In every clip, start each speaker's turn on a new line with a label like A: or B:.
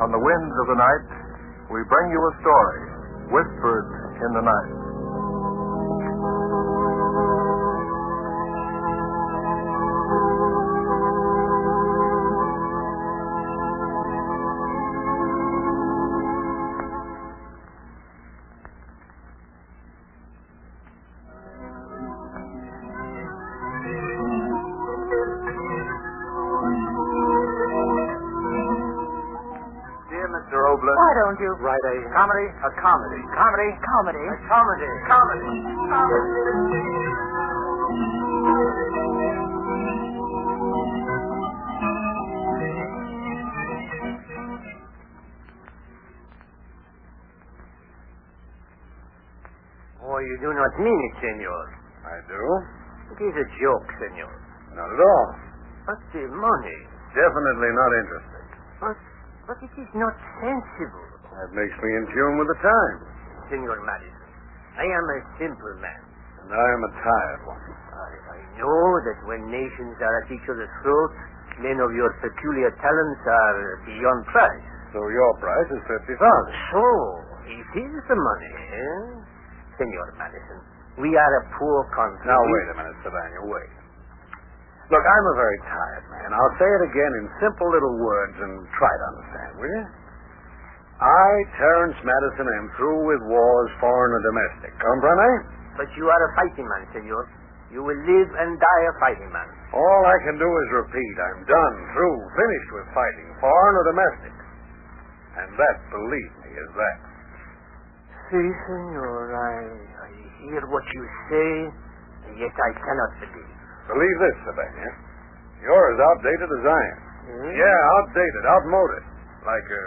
A: on the winds of the night, we bring you a story whispered in the night.
B: Dear Mr. Obler.
C: Why don't you?
B: Write a comedy? A comedy. Comedy?
C: Comedy.
B: A comedy. Comedy.
D: Oh, you do not mean it, senor.
B: I do.
D: It is a joke, senor.
B: Not at all.
D: But the money.
B: Definitely not interesting.
D: But, but it is not sensible,
B: That makes me in tune with the times.
D: senor Madison. I am a simple man.
B: And I am a tired one.
D: I, I know that when nations are at each other's throats, men of your peculiar talents are beyond price.
B: So your price is fifty thousand.
D: So, it is the money, eh? Senor Madison, we are a poor country.
B: Now
D: We-
B: wait a minute, Savannah, wait. Look, I'm a very tired man. I'll say it again in simple little words and try to understand, will you? I, Terence Madison, am through with wars, foreign and domestic. Comprende?
D: But you are a fighting man, senor. You will live and die a fighting man.
B: All I can do is repeat. I'm done, through, finished with fighting, foreign or domestic. And that, believe me, is that.
D: Si, senor, I, I hear what you say, yet I cannot believe.
B: Believe this, Savannah. You're as outdated as I am.
D: Hmm?
B: Yeah, outdated, outmoded. Like a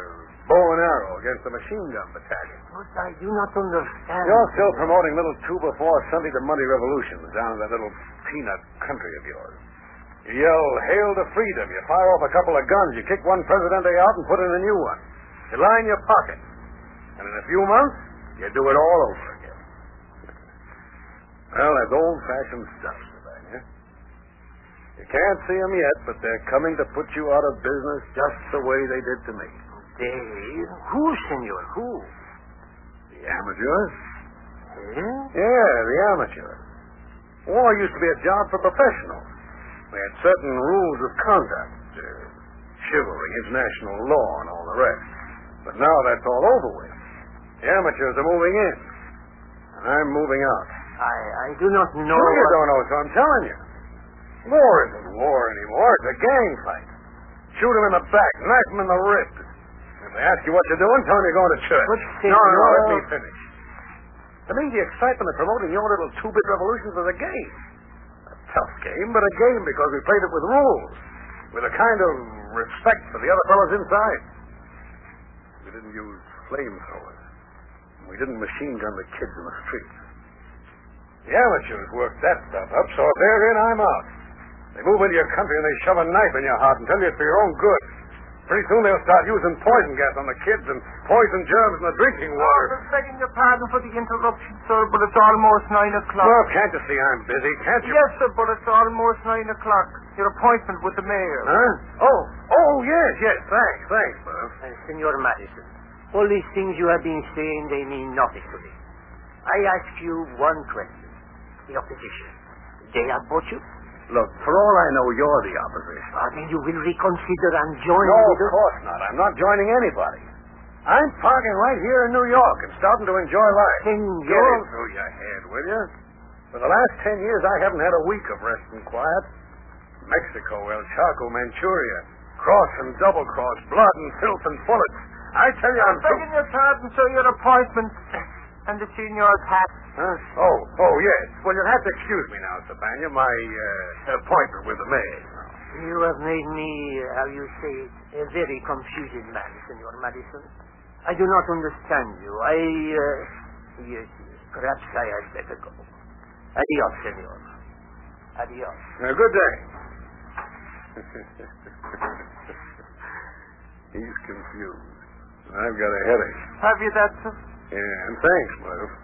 B: bow and arrow against a machine gun battalion.
D: But I do not understand.
B: You're still promoting little two before Sunday to Monday revolutions down in that little peanut country of yours. You yell, hail to freedom. You fire off a couple of guns. You kick one presidente out and put in a new one. You line your pocket. And in a few months, you do it all over again. Well, that's old fashioned stuff, Savannah. You can't see 'em yet, but they're coming to put you out of business just the way they did to me.
D: They? Who, senor? Who?
B: The amateurs?
D: Eh?
B: Yeah, the amateur. War used to be a job for professionals. We had certain rules of conduct, uh, chivalry, international law, and all the rest. But now that's all over with. The amateurs are moving in, and I'm moving out.
D: I, I do not know.
B: sure you
D: what-
B: don't know, so I'm telling you. War isn't war anymore. It's a gang fight. Shoot 'em in the back, knife 'em in the ribs. If they ask you what you're doing, tell 'em you're going to church.
D: But,
B: no, no,
D: senor-
B: let me finish. To me, the excitement of promoting your little two-bit revolutions is a game. A tough game, but a game because we played it with rules, with a kind of respect for the other fellows inside. We didn't use flamethrowers. We didn't machine gun the kids in the streets. The amateurs work that stuff up, so if they're in, I'm out. They move into your country and they shove a knife in your heart and tell you it's for your own good. Pretty soon they'll start using poison gas on the kids and poison germs in the drinking water.
C: Oh, begging your pardon for the interruption, sir, but it's almost nine o'clock.
B: Well, can't you see I'm busy? Can't you?
C: Yes, sir, but it's almost nine o'clock. Your appointment with the mayor.
B: Huh? Oh, oh, yes, yes. Thanks, thanks, Buzz.
D: Uh, senor Madison, all these things you have been saying, they mean nothing to me. I ask you one question. The opposition. They have bought you?
B: Look, for all I know, you're the opposition.
D: Ah, then you will reconsider and join
B: No,
D: with
B: of course not. I'm not joining anybody. I'm parking right here in New York and starting to enjoy life.
D: Senor.
B: Get it through your head, will you? For the last ten years, I haven't had a week of rest and quiet. Mexico, El Chaco, Manchuria, cross and double cross, blood and filth and bullets. I tell you, I'm. through.
C: begging your pardon, sir, your appointment and the senor's hat.
B: Huh? Oh, oh, yes. Well, you'll have to excuse me now, Savannah. My uh, appointment with the mayor.
D: You have made me, uh, how you say, it, a very confused man, Senor Madison. I do not understand you. I, uh, yes, yes, perhaps I had better go. Adios, Senor. Adios.
B: Uh, good day. He's confused. I've got a headache.
C: Have you that, sir?
B: Yeah, and thanks, Murph.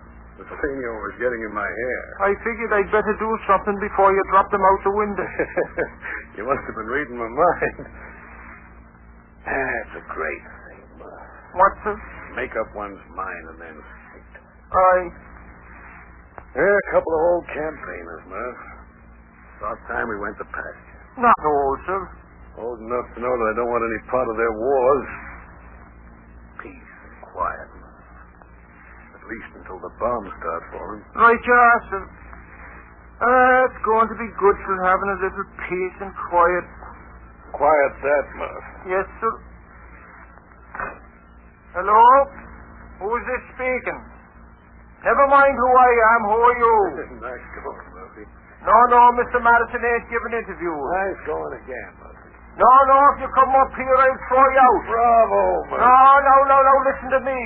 B: The senior was getting in my hair.
C: I figured I'd better do something before you drop them out the window.
B: you must have been reading my mind. That's a great thing, Murph.
C: What, sir?
B: Make up one's mind and then fight.
C: I...
B: Yeah, a couple of old campaigners, Murph. It's about time we went to pasture.
C: Not so old, sir.
B: Old enough to know that I don't want any part of their wars. Peace and quiet. At least until the bombs start falling.
C: Right you are, sir. Uh, it's going to be good, sir, having a little peace and quiet.
B: Quiet that, Murph.
C: Yes, sir. Hello? Who's this speaking? Never mind who I am. Who are you?
B: nice going, Murphy.
C: No, no, Mr. Madison ain't giving interviews.
B: Nice going again, Murphy.
C: No, no, if you come up here, I'll throw you out.
B: Bravo,
C: No, no, no, no, listen to me.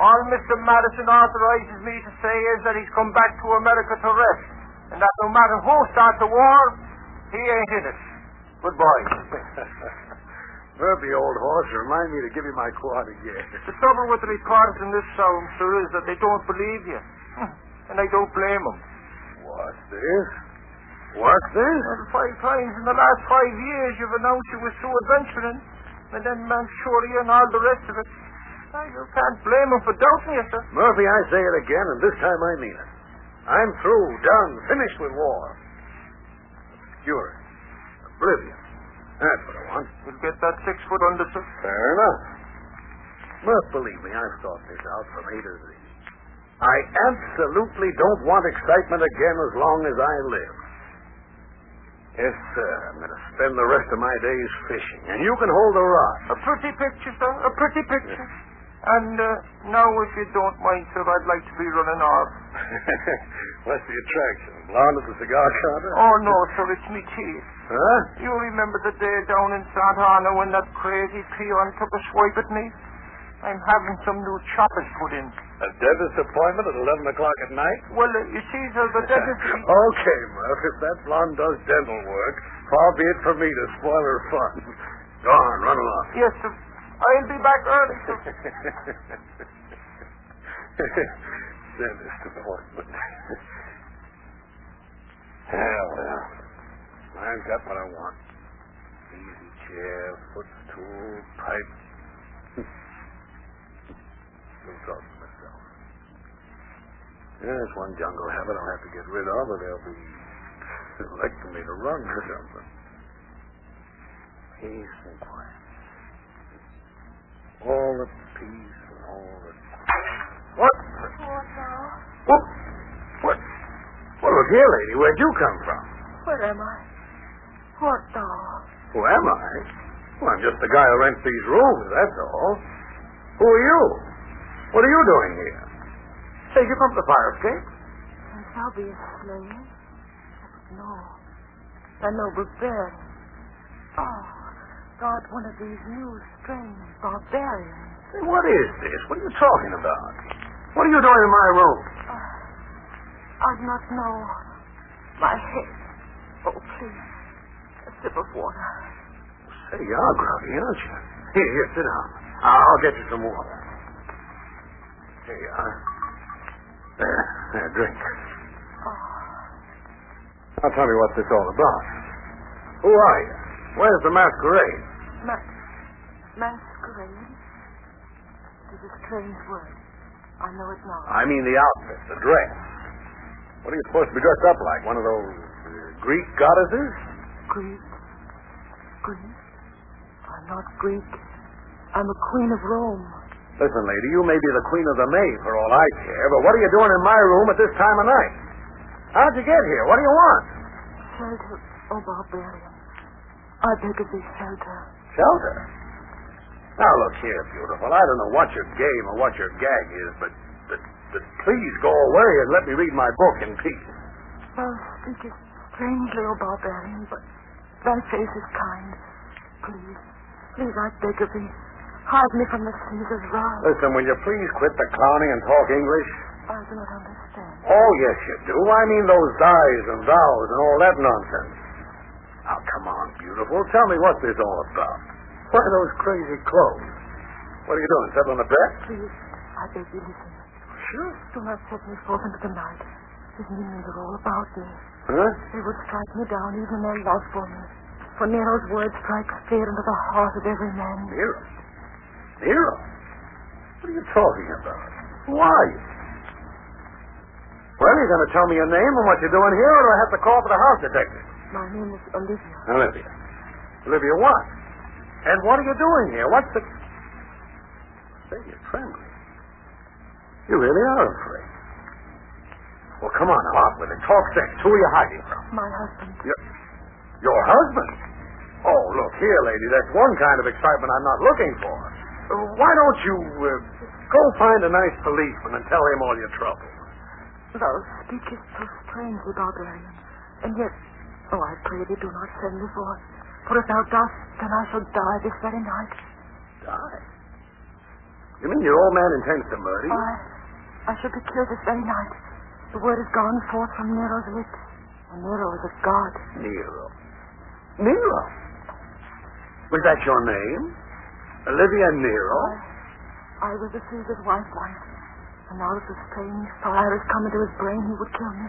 C: All Mr. Madison authorizes me to say is that he's come back to America to rest, and that no matter who starts the war, he ain't in it. Goodbye.
B: Murphy, old horse, remind me to give you my quad again.
C: The trouble with the reporters in this town, sir, is that they don't believe you. And I don't blame them.
B: What's this? What's this?
C: Well, five times in the last five years you've announced you were through adventuring, and then Manchuria and all the rest of it. Now, you can't blame them for doubting you, sir.
B: Murphy, I say it again, and this time I mean it. I'm through, done, finished with war. Obscure. Oblivion. That's what I want.
C: You'll get that six foot under, sir.
B: Fair enough. Murph, believe me, I've thought this out from A to Z. I absolutely don't want excitement again as long as I live. Yes, sir. I'm going to spend the rest of my days fishing, and you can hold a rod.
C: A pretty picture, sir. A pretty picture. And uh, now, if you don't mind, sir, I'd like to be running off.
B: What's the attraction? Blonde at the cigar counter?
C: Oh, no, sir, it's me teeth.
B: Huh?
C: You remember the day down in Santa Ana when that crazy peon took a swipe at me? I'm having some new choppers put in.
B: A dentist appointment at 11 o'clock at night?
C: Well, uh, you see, sir, the dentist...
B: okay, Murph. If that blonde does dental work, far be it for me to spoil her fun. Go on, run along.
C: Yes, sir. I'll be back early, sir.
B: dentist appointment. yeah, well, I've got what I want. Easy chair, footstool, pipe. Still talking to myself. There's one jungle habit I'll have to get rid of, or they'll be electing me to run or something. Peace and quiet. All the peace and all the What? What? What? Well, look here, lady. Where'd you come from?
E: Where am I? What dog?
B: Who am I? Well, I'm just the guy who rents these rooms, that's all. Who are you? What are you doing here? Say, you come to the fire escape?
E: I shall be slain. No. A noble bear. Oh, God, one of these new, strange barbarians.
B: Say, what is this? What are you talking about? What are you doing in my room?
E: Oh, I do not know. My head. Oh, please. A sip of water.
B: Say, you are groggy, aren't you? Here, here, sit down. I'll I'll get you some water. Here you are. There, there, uh, drink.
E: Oh,
B: Now tell me what this all about. Who are you? Where's the masquerade?
E: Ma- masquerade? It is a strange word. I know it now.
B: I mean the outfit, the dress. What are you supposed to be dressed up like? One of those uh, Greek goddesses?
E: Greek. Greek? I'm not Greek. I'm a queen of Rome.
B: Listen, lady, you may be the queen of the May for all I care, but what are you doing in my room at this time of night? How'd you get here? What do you want?
E: Shelter, O barbarian. I beg of thee, shelter.
B: Shelter. Now look here, beautiful. I don't know what your game or what your gag is, but but, but please go away and let me read my book in peace.
E: Thou speakest strangely, O barbarian, but thy face is kind. Please, please, I beg of thee, hide me from the Caesar's wrath.
B: Listen, will you please quit the clowning and talk English?
E: I do not understand.
B: Oh, yes, you do. I mean those thys and thous and all that nonsense. Now, come on, beautiful. Tell me what this all about. Why those crazy clothes? What are you doing? Sitting on the bed?
E: Please, I beg thee, listen.
B: Sure.
E: Do not set me forth into the night. His minions are all about me.
B: Huh?
E: They would strike me down even in their love for me. For Nero's word strikes fear into the heart of every man.
B: Nero. Nero? What are you talking about? Who are you? Well, you're going to tell me your name and what you're doing here, or do I have to call for the house detective?
E: My name is Olivia.
B: Olivia. Olivia what? And what are you doing here? What's the... Say, you're trembling. You really are afraid. Well, come on, now, out with it. Talk sense. Who are you hiding from?
E: My husband.
B: Your, your husband? Oh, look here, lady. That's one kind of excitement I'm not looking for. Uh,
E: Oh,
B: why don't you uh, go find a nice policeman and tell him all your trouble?
E: Thou speakest so strangely, barbarian. And yet, oh, I pray thee do not send me forth. For if thou dost, then I shall die this very night.
B: Die? You mean your old man intends to murder you?
E: I, I shall be killed this very night. The word has gone forth from Nero's lips. And Nero is a god.
B: Nero. Nero? Was that your name? Olivia Nero?
E: I was a Caesar's wife once. And now that the strange fire has come into his brain, he would kill me.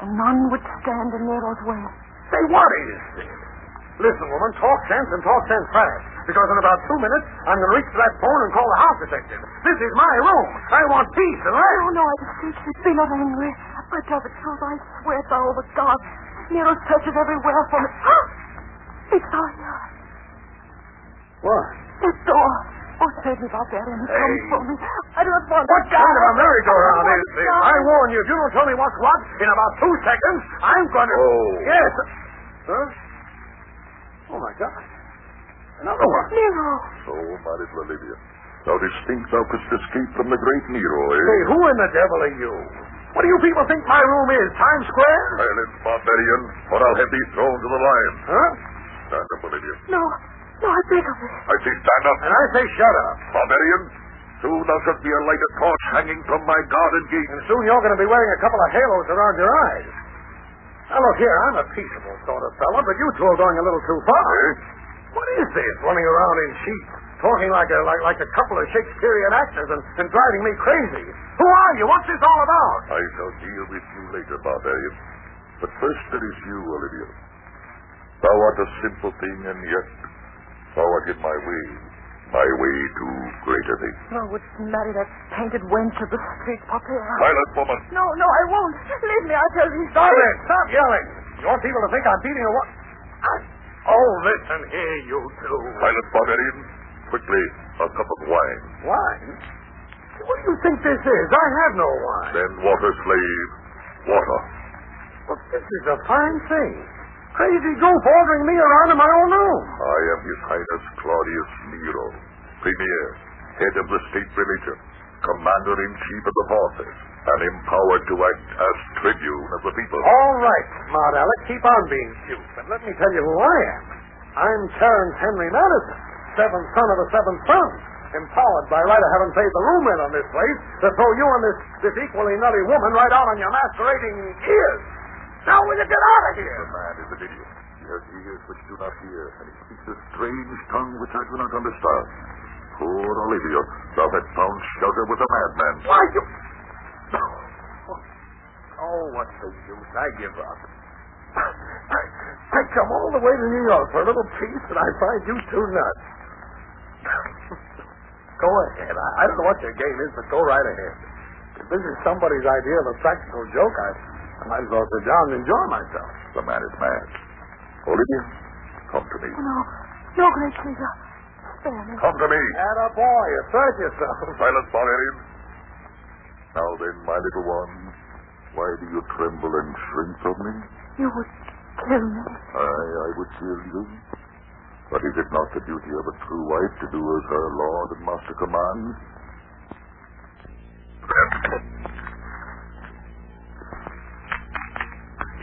E: And none would stand in Nero's way.
B: Say, what is this? Listen, woman, talk sense and talk sense fast. Because in about two minutes, I'm going to reach for that phone and call the house detective. This is my room. I want peace and rest.
E: No, no, I beseech thee, be not angry. I tell the truth, I swear by all the gods. Nero's searches everywhere for me. it's thou here.
B: What?
E: That door. Oh, save me, barbarian. Hey.
B: Hey.
E: Come for me. I do not want
B: What
E: to
B: kind of
E: die.
B: a merry-go-round
E: I
B: is
E: don't
B: this?
E: want to
B: I
E: die.
B: warn you, if you don't tell me what's what, in about two seconds, I'm going to.
A: Oh.
B: Yes. Huh? Oh, my God. Another one.
E: Nero.
A: So mighty Olivia. Thou didst think thou couldst escape from the great Nero, eh?
B: Say, who in the devil are you? What do you people think my room is? Times Square?
A: Silent barbarian, or I'll have thee thrown to the lions.
B: Huh?
A: Stand up, Olivia.
E: No, no, I beg of thee.
A: I say stand up.
B: And I say, shut up.
A: Barbarian, soon thou shalt be a lighted torch hanging from my garden gate.
B: And soon you're going to be wearing a couple of halos around your eyes. Now, look here, I'm a peaceable sort of fella, but you two are going a little too far.
A: Eh?
B: What is this, running around in sheep, talking like a, like, like a couple of Shakespearean actors and, and driving me crazy? Who are you? What's this all about?
A: I shall deal with you later, barbarian. But first there is you, Olivia. Thou art a simple thing, and yet thou art in my way, my way to greater things.
E: No, wouldst marry that painted wench of the street, Popera.
A: Silent woman,
E: No, no, I won't. Leave me, I tell thee.
B: Stop it! Stop yelling! You want people to think I'm beating a what? Oh, listen here, you two.
A: silent barbarian. Quickly, a cup of wine.
B: Wine? What do you think this is? I have no wine.
A: Then water, slave. Water.
B: Well, this is a fine thing. Crazy goof ordering me around in my own room.
A: I am His Highness Claudius Nero, Premier, Head of the State Religion, Commander in Chief of the Forces, and empowered to act as Tribune of the people.
B: All right, smart Alec, keep on being cute, but let me tell you who I am. I'm Terence Henry Madison, seventh son of the seventh son, empowered by right of having paid the room rent on this place to throw you and this, this equally nutty woman right out on your masquerading ears. Now will you get out of here?
A: The man is an idiot. He has ears which do not hear, and he speaks a strange tongue which I do not understand. Poor Olivia, thou hast found shelter with a madman.
B: Why, you... Oh, what's the use? I give up. I, I come all the way to New York for a little peace, and I find you two nuts. go ahead. I, I don't know what your game is, but go right ahead. If this is somebody's idea of a practical joke, I, I might as well sit down and enjoy myself.
A: The man is mad. Olivia, come to me.
E: No, no, great Caesar. Spare me.
A: Come to me,
B: Add up all. Assert yourself.
A: silent barbarian. Now then, my little one, why do you tremble and shrink from me?
E: You would kill me.
A: Aye, I would kill you. But is it not the duty of a true wife to do as her lord and master commands?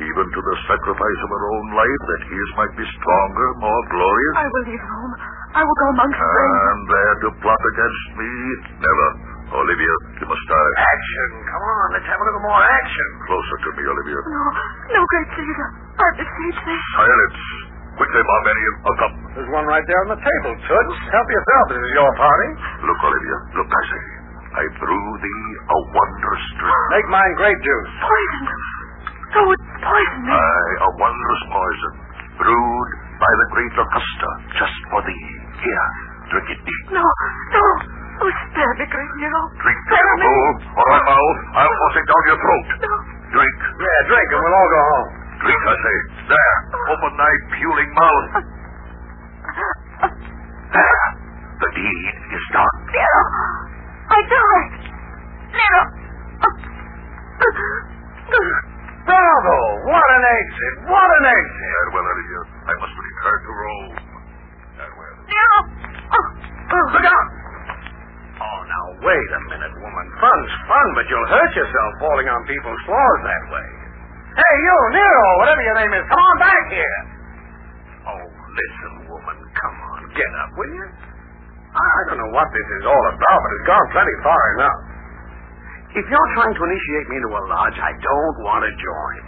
A: Even to the sacrifice of her own life, that his might be stronger, more glorious?
E: I will leave home. I will go among strangers.
A: And there to plot against me? Never. Olivia, you must die.
B: Action. Come on. Let's have a little more action.
A: Closer to me, Olivia.
E: No, no, great Caesar. I beseech thee.
A: Silence. Quickly, barbarian, a cup.
B: There's one right there on the table, Toots. Help yourself. This is your party.
A: Look, Olivia, look, I say. I brew thee a wondrous drink.
B: Make mine grape juice.
E: Poison. Thou wouldst poison me.
A: Aye, a wondrous poison, brewed by the great Augusta, just for thee. Here, drink it deep.
E: No, no, Oh, stab me, great Nero.
A: Drink this,
E: Tell me.
A: fool, or I'm out. I'll force it down your throat.
E: No.
A: Drink.
B: Yeah, drink, and we'll all go home.
A: Drink, I say. There. Open thy puling mouth.
E: Uh,
A: There. The deed is done.
E: Nero. I died. Nero. Uh,
B: Bravo! What an exit! What an exit!
A: Farewell, Olivia. I must return to Rome. Farewell.
E: Nero.
B: Look out! Oh, now, wait a minute, woman. Fun's fun, but you'll hurt yourself falling on people's floors that way. Hey, you, Nero, whatever your name is, come on back here. Oh, listen, woman, come on. Get up, will you? I, I don't know what this is all about, but it's gone plenty far enough. If you're trying to initiate me into a lodge, I don't want to join.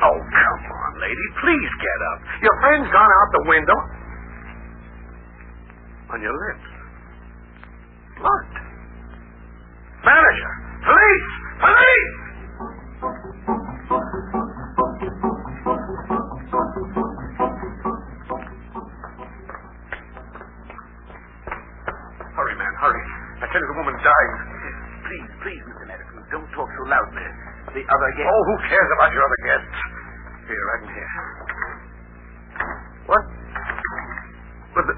B: Oh, come on, lady. Please get up. Your friend's gone out the window. On your lips. Blood. Manager! Police! Police! Hurry, man, hurry. I tell you the woman's dying.
D: Please, please, Mr. Madison, don't talk so loudly. The other guest.
B: Oh, who cares about your other guests? Here, I can hear. What? But the,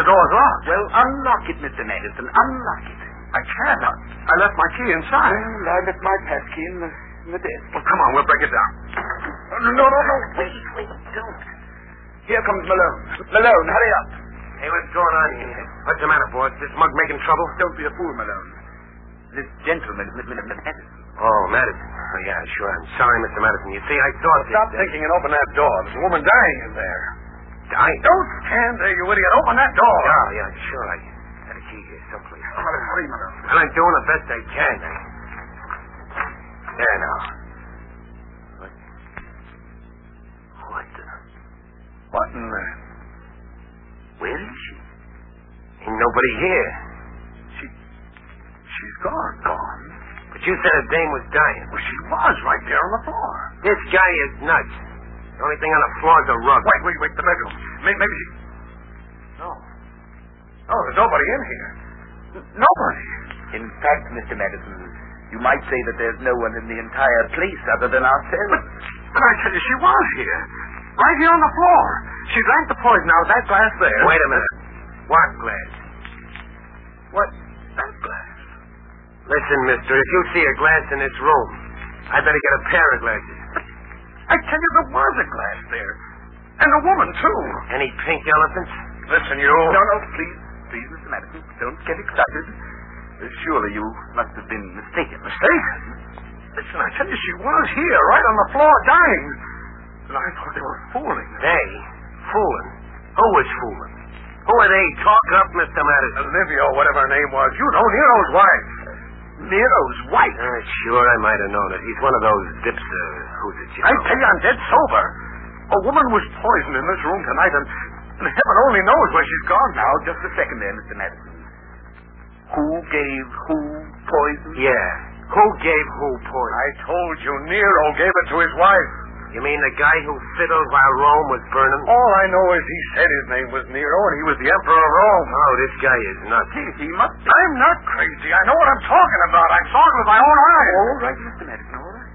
B: the door's locked.
D: Well, unlock it, Mr. Madison. Unlock it.
B: I cannot. I left my key inside.
D: Well, I left my pass key in the, in the desk.
B: Well, Oh, come on, we'll break it down. No, no, no, wait, wait, don't. Here comes Malone. Malone, hurry up.
C: Hey, what's going on here?
B: What's the matter, boy? Is this mug making trouble?
C: Don't be a fool, Malone. This gentleman, Mr. Madison.
B: Oh, Madison. Oh, yeah, sure. I'm sorry, Mr. Madison. You see, I thought...
C: Stop
B: that-
C: thinking and open that door. There's a woman dying in there.
B: I...
C: Don't stand there, you idiot. Open that door.
B: Yeah, yeah, sure. I had a key here someplace.
C: Hurry, hurry, Malone.
B: And I'm doing the best I can. I... There now. What? What the...
C: What in the...
B: Where is she? Ain't nobody here.
C: She, she's gone. Gone?
B: But you said a dame was dying.
C: Well, she was right there on the floor.
B: This guy is nuts. The only thing on the floor is a rug.
C: Wait, wait, wait. The bedroom. Maybe, maybe she... No. No, there's nobody in here. N- nobody.
D: In fact, Mr. Madison, you might say that there's no one in the entire place other than ourselves.
C: But I tell you, she was here. Right here on the floor. She drank the poison out of that glass there.
B: Wait a minute. What glass?
C: What? That glass.
B: Listen, mister, if you see a glass in this room, I better get a pair of glasses.
C: I tell you, there was a glass there. And a woman, too.
B: Any pink elephants?
C: Listen, you.
D: No, no, please, please, Mr. Madison, don't get excited. Uh, Surely you must have been mistaken.
C: Mistaken? Listen, I tell you, she was here, right on the floor, dying. And I thought they were fooling.
B: They? Fooling? Who was fooling? Who are they? Talk up, Mr. Madison.
C: Olivia, or whatever her name was, you know, Nero's wife. Nero's wife?
B: Uh, sure, I might have known it. He's one of those dips, uh, who's it, you
C: I
B: know.
C: tell you, I'm dead sober. A woman was poisoned in this room tonight, and, and heaven only knows where she's gone now.
D: Now, just a second there, Mr. Madison. Who gave who poison?
B: Yeah. Who gave who poison?
C: I told you, Nero gave it to his wife.
B: You mean the guy who fiddled while Rome was burning?
C: All I know is he said his name was Nero, and he was the emperor of Rome.
B: Oh, this guy is nuts.
D: Gee, he must be.
C: I'm not crazy. I know what I'm talking about. I saw it with my own eyes.
D: All right, Mr. Madison, all right.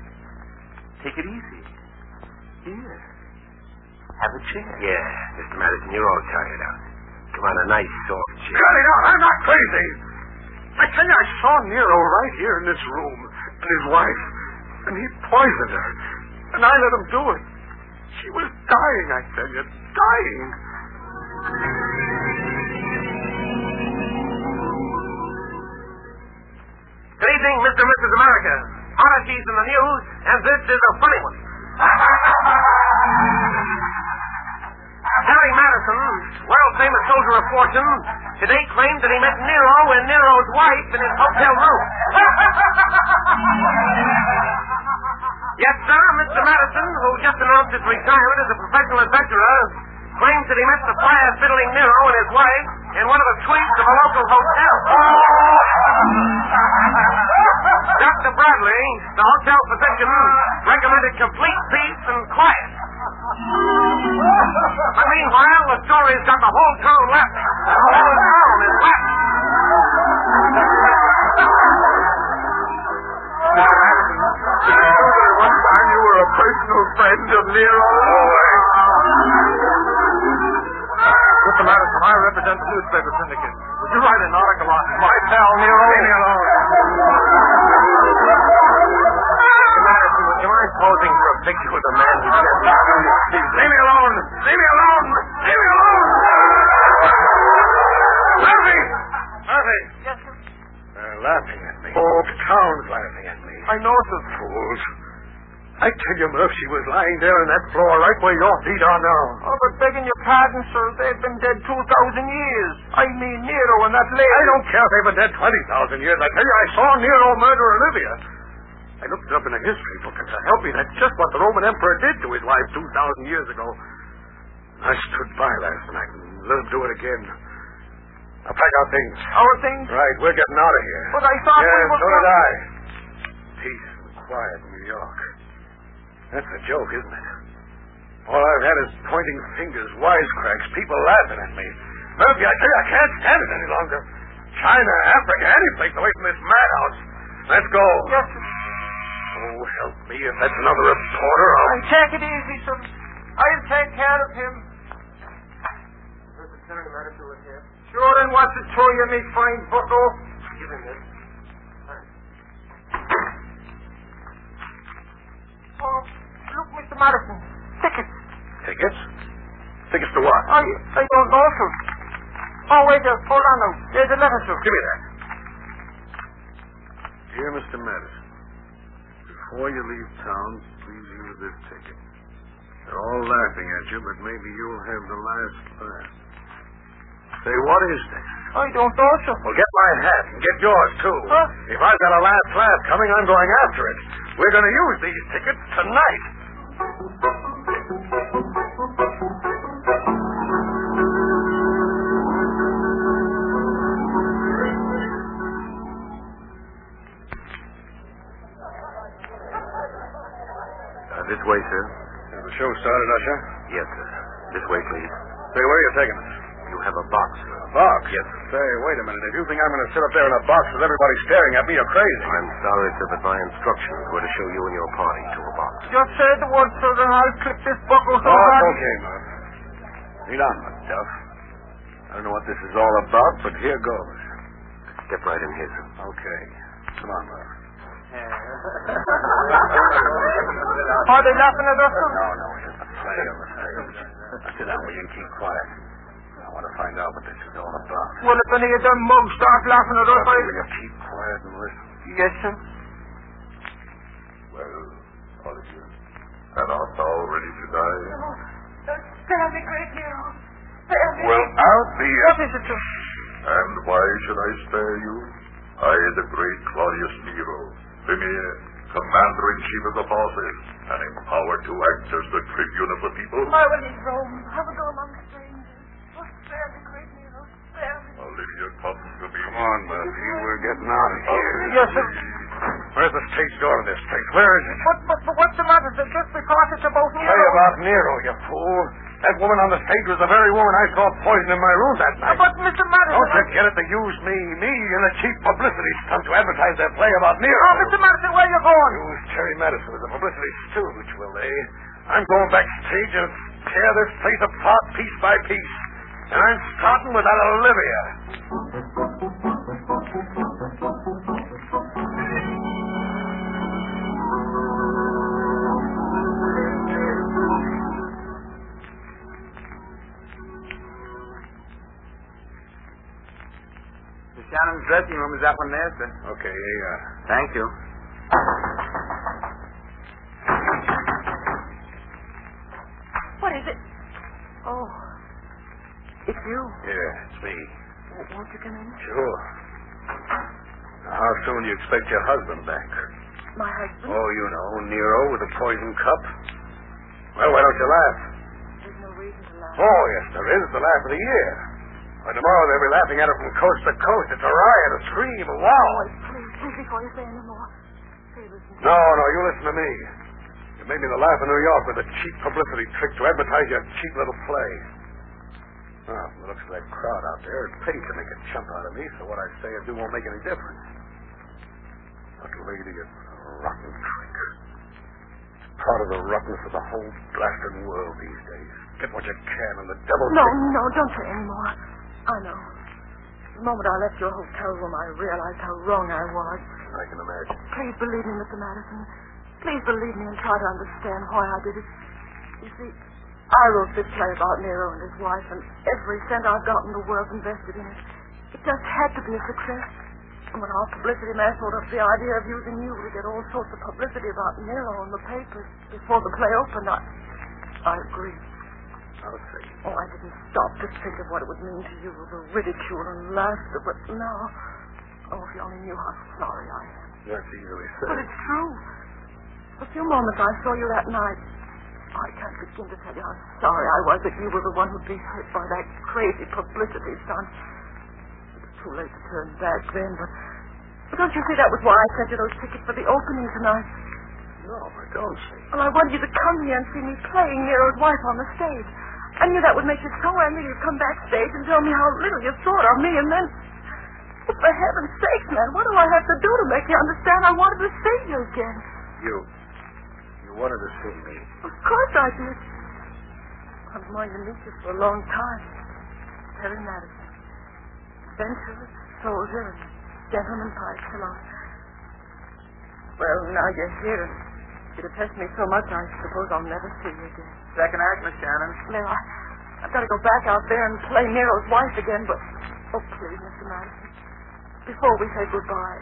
D: Take it easy. Here. Have a chair.
B: Yeah, Mr. Madison, you're all tired out. Come on, a nice soft chair.
C: Cut it out. I'm not crazy. I tell you, I saw Nero right here in this room, and his wife, and he poisoned her, and I let him do it. She was dying, I tell you, dying.
B: Good evening, Mr. and Mrs. America. Honesty's in the news, and this is a funny one. Harry Madison, world famous soldier of fortune, today claimed that he met Nero and Nero's wife in his hotel room. yes, sir, Mr. Madison, who just announced his retirement as a professional adventurer, claims that he met the fire fiddling Nero and his wife in one of the suites of a local hotel. Dr. Bradley, the hotel physician, recommended complete peace and quiet. But meanwhile, the story's got the whole town laughing. The whole town is laughing.
A: personal friend of Nero.
C: Mr. Madison, I represent the newspaper syndicate. Would you write an article on my pal Nero? Leave me alone. Mr. Madison, would you mind posing for a picture with the man who just Leave me alone. Leave me alone. Leave me alone.
B: Murphy! Murphy!
C: Yes, sir.
B: They're laughing at me. Oh, the town's laughing at me.
C: I know, sir.
B: Fools. I tell you, Murph, she was lying there on that floor right where your feet are now.
C: Oh, but begging your pardon, sir, they've been dead 2,000 years. I mean Nero and that lady.
B: I don't care if they've been dead 20,000 years. I tell you, I saw Nero murder Olivia. I looked it up in a history book, and to help me, that's just what the Roman emperor did to his wife 2,000 years ago. I stood by last night and let him do it again. Now, pack our things.
C: Our oh, things?
B: Right, we're getting out of here.
C: But I thought we
B: yes,
C: were...
B: so did I. Peace and quiet in New York. That's a joke, isn't it? All I've had is pointing fingers, wisecracks, people laughing at me. Murphy, I tell you, I can't stand it any longer. China, Africa, any place away from this madhouse. Let's go.
C: Yes, sir.
B: Oh, help me. If that's another reporter, I'll...
C: I take it easy, sir. I'll take care of him.
D: Does Lieutenant Madison live here?
C: Sure, and what's it to you, me fine bucko?
D: Give him this.
C: Oh, look, Mr. Madison. Ticket.
B: Tickets? Tickets to what?
C: I, I don't know, sir. Oh, wait there. Hold on now. There's a letter, sir.
B: Give me that. Dear Mr. Madison, before you leave town, please use this ticket. They're all laughing at you, but maybe you'll have the last laugh. Say, what is this?
C: I don't know, sir.
B: Well, get my hat and get yours, too.
C: Huh?
B: If I've got a last laugh coming, I'm going after it. We're going to use these tickets tonight.
A: Uh, this way, sir.
B: the show started, Usher.
A: Yes, sir. This way, please.
B: Say, where are you taking us?
A: You have a box, sir.
B: A box?
A: Yes, sir.
B: Say, wait a minute. If you think I'm going to sit up there in a box with everybody staring at me, you're crazy.
A: I'm sorry, sir, but my instructions were to show you and your party to a box.
C: Just say the word, sir, and I'll clip this buckle
B: Oh,
C: so hard.
B: okay, Mom. Lean on, Duff. I don't know what this is all about, but here goes.
A: Step right in here, sir.
B: Okay. Come on, Mom.
C: Are they laughing at us, sir?
B: No, no, here's the play of the stage. Now, Sit down, will you, and keep quiet. I want to find out what this is all about.
C: Well, if any of them mugs start laughing at us, I...
B: Will you keep quiet and listen?
C: Yes, sir.
A: Well, all of you. And art thou ready to die?
E: Spare me, great hero. Spare me.
A: Well,
B: uh,
A: I'll be
C: What is it, sir?
A: And why should I spare you? I, the great Claudius Nero, premier, commander in chief of the forces, and empowered to act as the tribune of the people.
E: I was in Rome. I would go among strangers. Oh, spare me, great hero. Spare me.
A: Olivia, come to me.
B: Come on, Murphy. We're getting out of here.
C: Yes, sir.
B: Where's the stage door to this place? Where is it?
C: But, but, but what's the matter? Is it just because it's about Nero?
B: Tell you about Nero, you fool. That woman on the stage was the very woman I saw poisoning my room that night.
C: But, Mr. Madison...
B: Don't
C: I-
B: you get it? They use me, me, in a cheap publicity stunt to advertise their play about Nero.
C: Oh, Mr. Madison, where are you going?
B: Use Terry Madison as a publicity stooge, will they? I'm going backstage and tear this place apart piece by piece. And I'm starting with that Olivia.
D: The Shannon's dressing room is that one there, sir.
B: Okay, uh,
D: Thank you.
E: What is it? Oh, it's you.
B: yeah, it's me.
E: W- Won't you come in?
B: Sure. Now, how soon do you expect your husband back?
E: My husband.
B: Oh, you know, Nero with a poison cup. Well, why don't you laugh?
E: There's no reason to lie.
B: Oh, yes, there is. The laugh of the year. By tomorrow, they'll be laughing at it from coast to coast. It's a riot, a scream, a wow.
E: Boy, please, please, before you say any more, say this.
B: No, no, you listen to me. You made me the laugh of New York with a cheap publicity trick to advertise your cheap little play. Now, from the looks of that crowd out there, it's paid to make a chump out of me, so what I say and do won't make any difference. But, lady, it's a rotten trick. Part of the rottenness of the whole blasted world these days. Get what you can, and the devil.
E: No, no, don't say any more. I know. The moment I left your hotel room, I realized how wrong I was.
B: I can imagine.
E: Please believe me, Mr. Madison. Please believe me and try to understand why I did it. You see, I wrote this play about Nero and his wife, and every cent I've got in the world's invested in it. It just had to be a success. And when our publicity man thought up the idea of using you to get all sorts of publicity about Nero in the papers before the play opened, I, I agreed.
B: I'll see.
E: Oh, I didn't stop to think of what it would mean to you, the ridicule and laughter, but now... Oh, if you only knew how sorry I am.
B: That's easily said.
E: But it's true. A few moments I saw you that night. I can't begin to tell you how sorry I was that you were the one who'd be hurt by that crazy publicity stunt. It was too late to turn back then, but... but don't you see that was why I sent you those tickets for the opening tonight?
B: No, I don't see.
E: Well, I wanted you to come here and see me playing Nero's wife on the stage. I knew that would make you so angry you'd come backstage and tell me how little you thought of me, and then... But for heaven's sake, man, what do I have to do to make you understand I wanted to see you again?
B: You. You wanted to see me.
E: Of course I did. I've wanted to meet you for a long time. Terry Madison. Adventurer, soldier, and gentleman by excellence. Well, now you're here. and You depress me so much, I suppose I'll never see you again.
F: Second act, Miss Shannon.
E: Now, I, I've got to go back out there and play Nero's wife again, but... Oh, please, Mr. Madison. Before we say goodbye,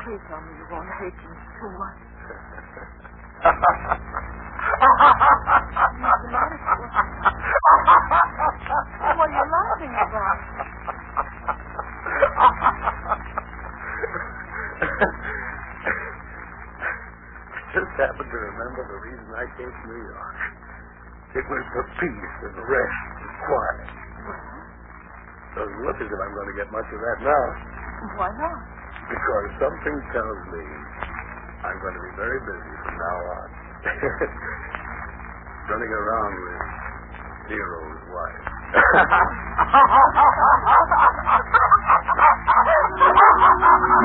E: please tell me you won't hate me too much. Mr. Madison, what are you laughing about?
B: I just happened to remember the reason I came to New York. It was for peace and rest and quiet. Doesn't look as if I'm going to get much of that now,
E: Why not?
B: because something tells me I'm going to be very busy from now on. Running around with Nero's wife.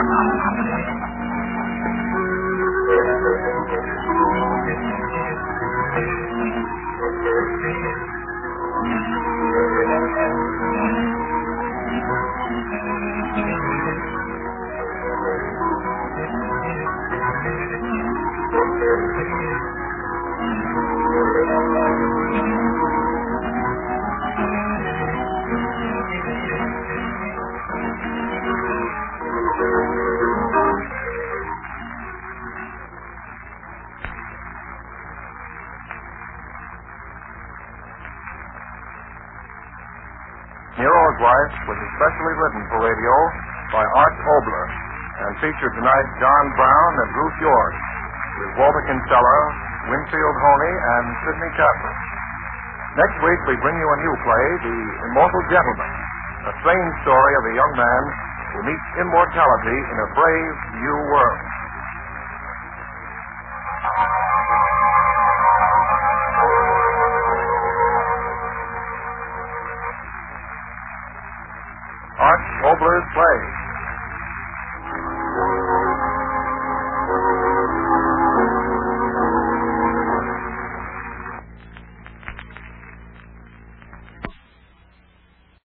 C: Nero's Wife was especially written for radio by Art Obler and featured tonight John Brown and Ruth York with Walter Kinsella, Winfield Honey, and Sidney Chapman. Next week we bring you a new play, The Immortal Gentleman, a strange story of a young man who meets immortality in a brave new world. Art Obler's play.